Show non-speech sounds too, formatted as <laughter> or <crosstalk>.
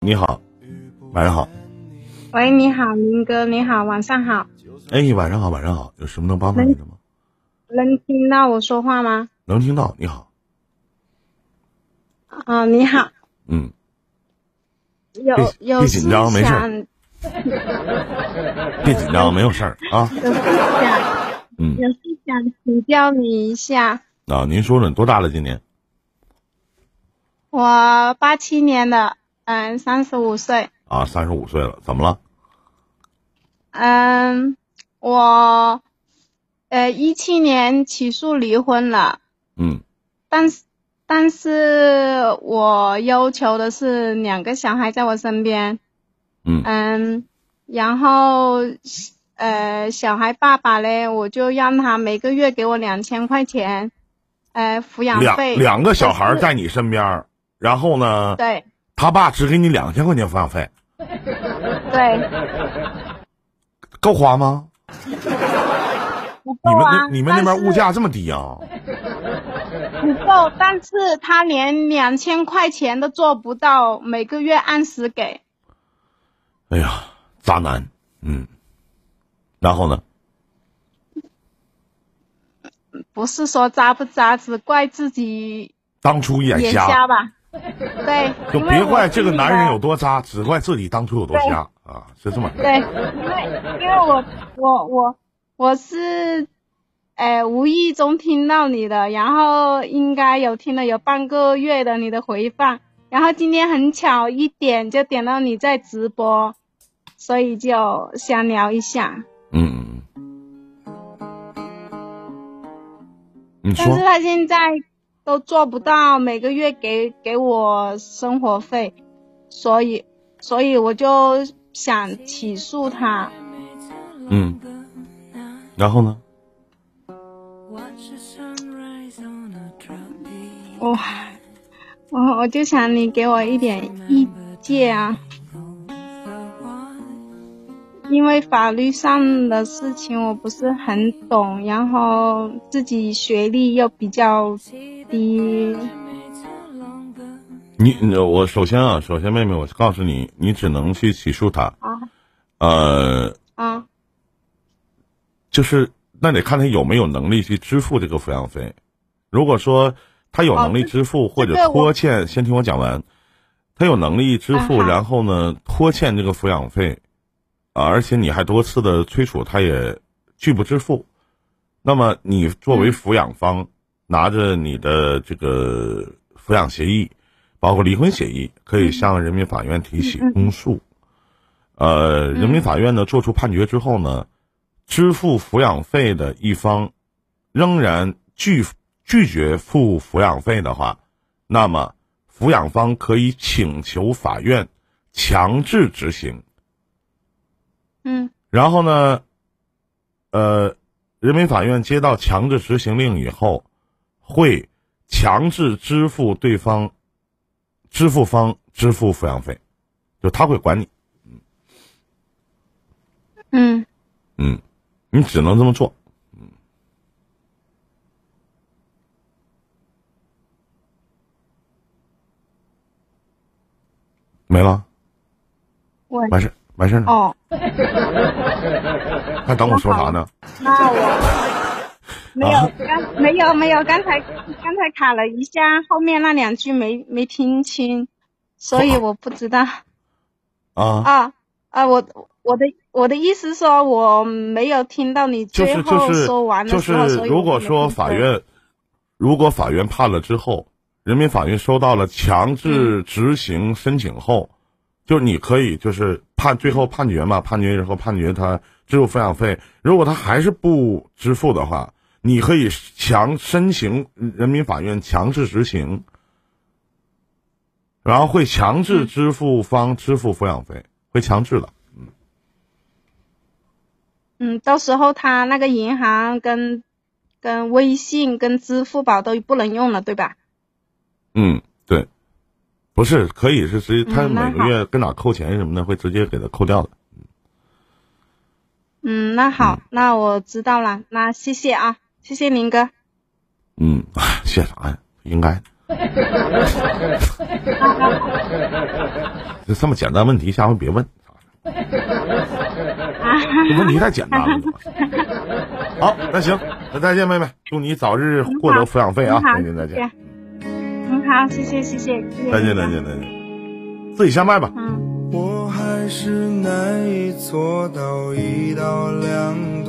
你好，晚上好。喂，你好，明哥，你好，晚上好。哎，晚上好，晚上好，有什么能帮到你的吗？能听到我说话吗？能听到，你好，啊、你好，嗯，有别有别事哎紧张没事想别紧张，没有事儿啊。有事想嗯，有事想请教你一下。啊，您说说你多大了？今年我八七年的，嗯，三十五岁，啊，三十五岁了，怎么了？嗯，我呃一七年起诉离婚了，嗯，但是但是我要求的是两个小孩在我身边。嗯嗯，然后呃，小孩爸爸嘞，我就让他每个月给我两千块钱，呃，抚养两费。两个小孩儿是在你身边儿，然后呢，对他爸只给你两千块钱抚养费，对，够花吗？不你够们啊！那你们那但边是物价这么低啊？不够，但是他连两千块钱都做不到，每个月按时给。哎呀，渣男，嗯，然后呢？不是说渣不渣，只怪自己当初眼眼瞎瞎， <laughs> 吧？对，就因为别我怪自这个己男的人有多渣，只怪自己当初有多对瞎啊！是这么回事。对，因为因为我我我我是，哎，无意中听到你的，然后应该有听了有半个月的你的回放，然后今天很巧一点就点到你在直播，所以就想聊一下。嗯，嗯嗯，你但说是他现在都做不到每个月给给我生活费，所以所以我就想起诉他。嗯然后呢？哇，我我就想你给我一点意见啊，因为法律上的事情我不是很懂，然后自己学历又比较低，你你我首先啊，首先妹妹，我告诉你，你只能去起诉他。啊呃，啊就是那得看他有没有能力去支付这个抚养费。如果说他有哦能力这支付或者这个我拖欠，先听我讲完。他有能力支付，啊好然后呢拖欠这个抚养费，啊，而且你还多次的催促，他也拒不支付。那么你作为嗯抚养方，拿着你的这个抚养协议，包括离婚协议，可以向人民法院提起公诉。呃，人民法院呢作出判决之后呢，支付抚养费的一方仍然拒拒绝付抚养费的话，那么抚养方可以请求法院强制执行。嗯然后呢，呃，人民法院接到强制执行令以后，会强制支付对方支付方支付抚养费，就他会管你，嗯嗯，你只能这么做，嗯嗯，没了，我完事儿完事儿了，哦，还等我说啥呢？那我没有刚没有没有刚才刚才卡了一下，后面那两句没没听清，所以我不知道。啊，啊啊，我我的我的意思说，我没有听到你就最是就后是说完的就时候，是，所以如我果就没说听法懂，院，如果法院判了之后，人民法院收到了强嗯制执行申请后，就你可以就是判最后判决嘛，判决之后判决他支付抚养费，如果他还是不支付的话，你可以强申请人民法院强制执行，然后会强制支付方支付抚养费，会强制的。嗯，到时候他那个银行跟跟微信跟支付宝都不能用了，对吧？嗯，对，不是可以是直接，他嗯那每个月跟哪扣钱什么的，会直接给他扣掉的。嗯，那好，那我知道了，那谢谢啊，谢谢林哥。 <laughs> 嗯，谢啥呀？应该的。就这么简单问题，下回别 <laughs> 问。这问题太简单 <laughs> 了。好，那行，那再见，妹妹，祝你早日获得抚养费啊！嗯很好再见，再见，很好，谢谢谢谢，谢谢再见，再见，再见，自己下麦吧。嗯。我还是难以做到一刀两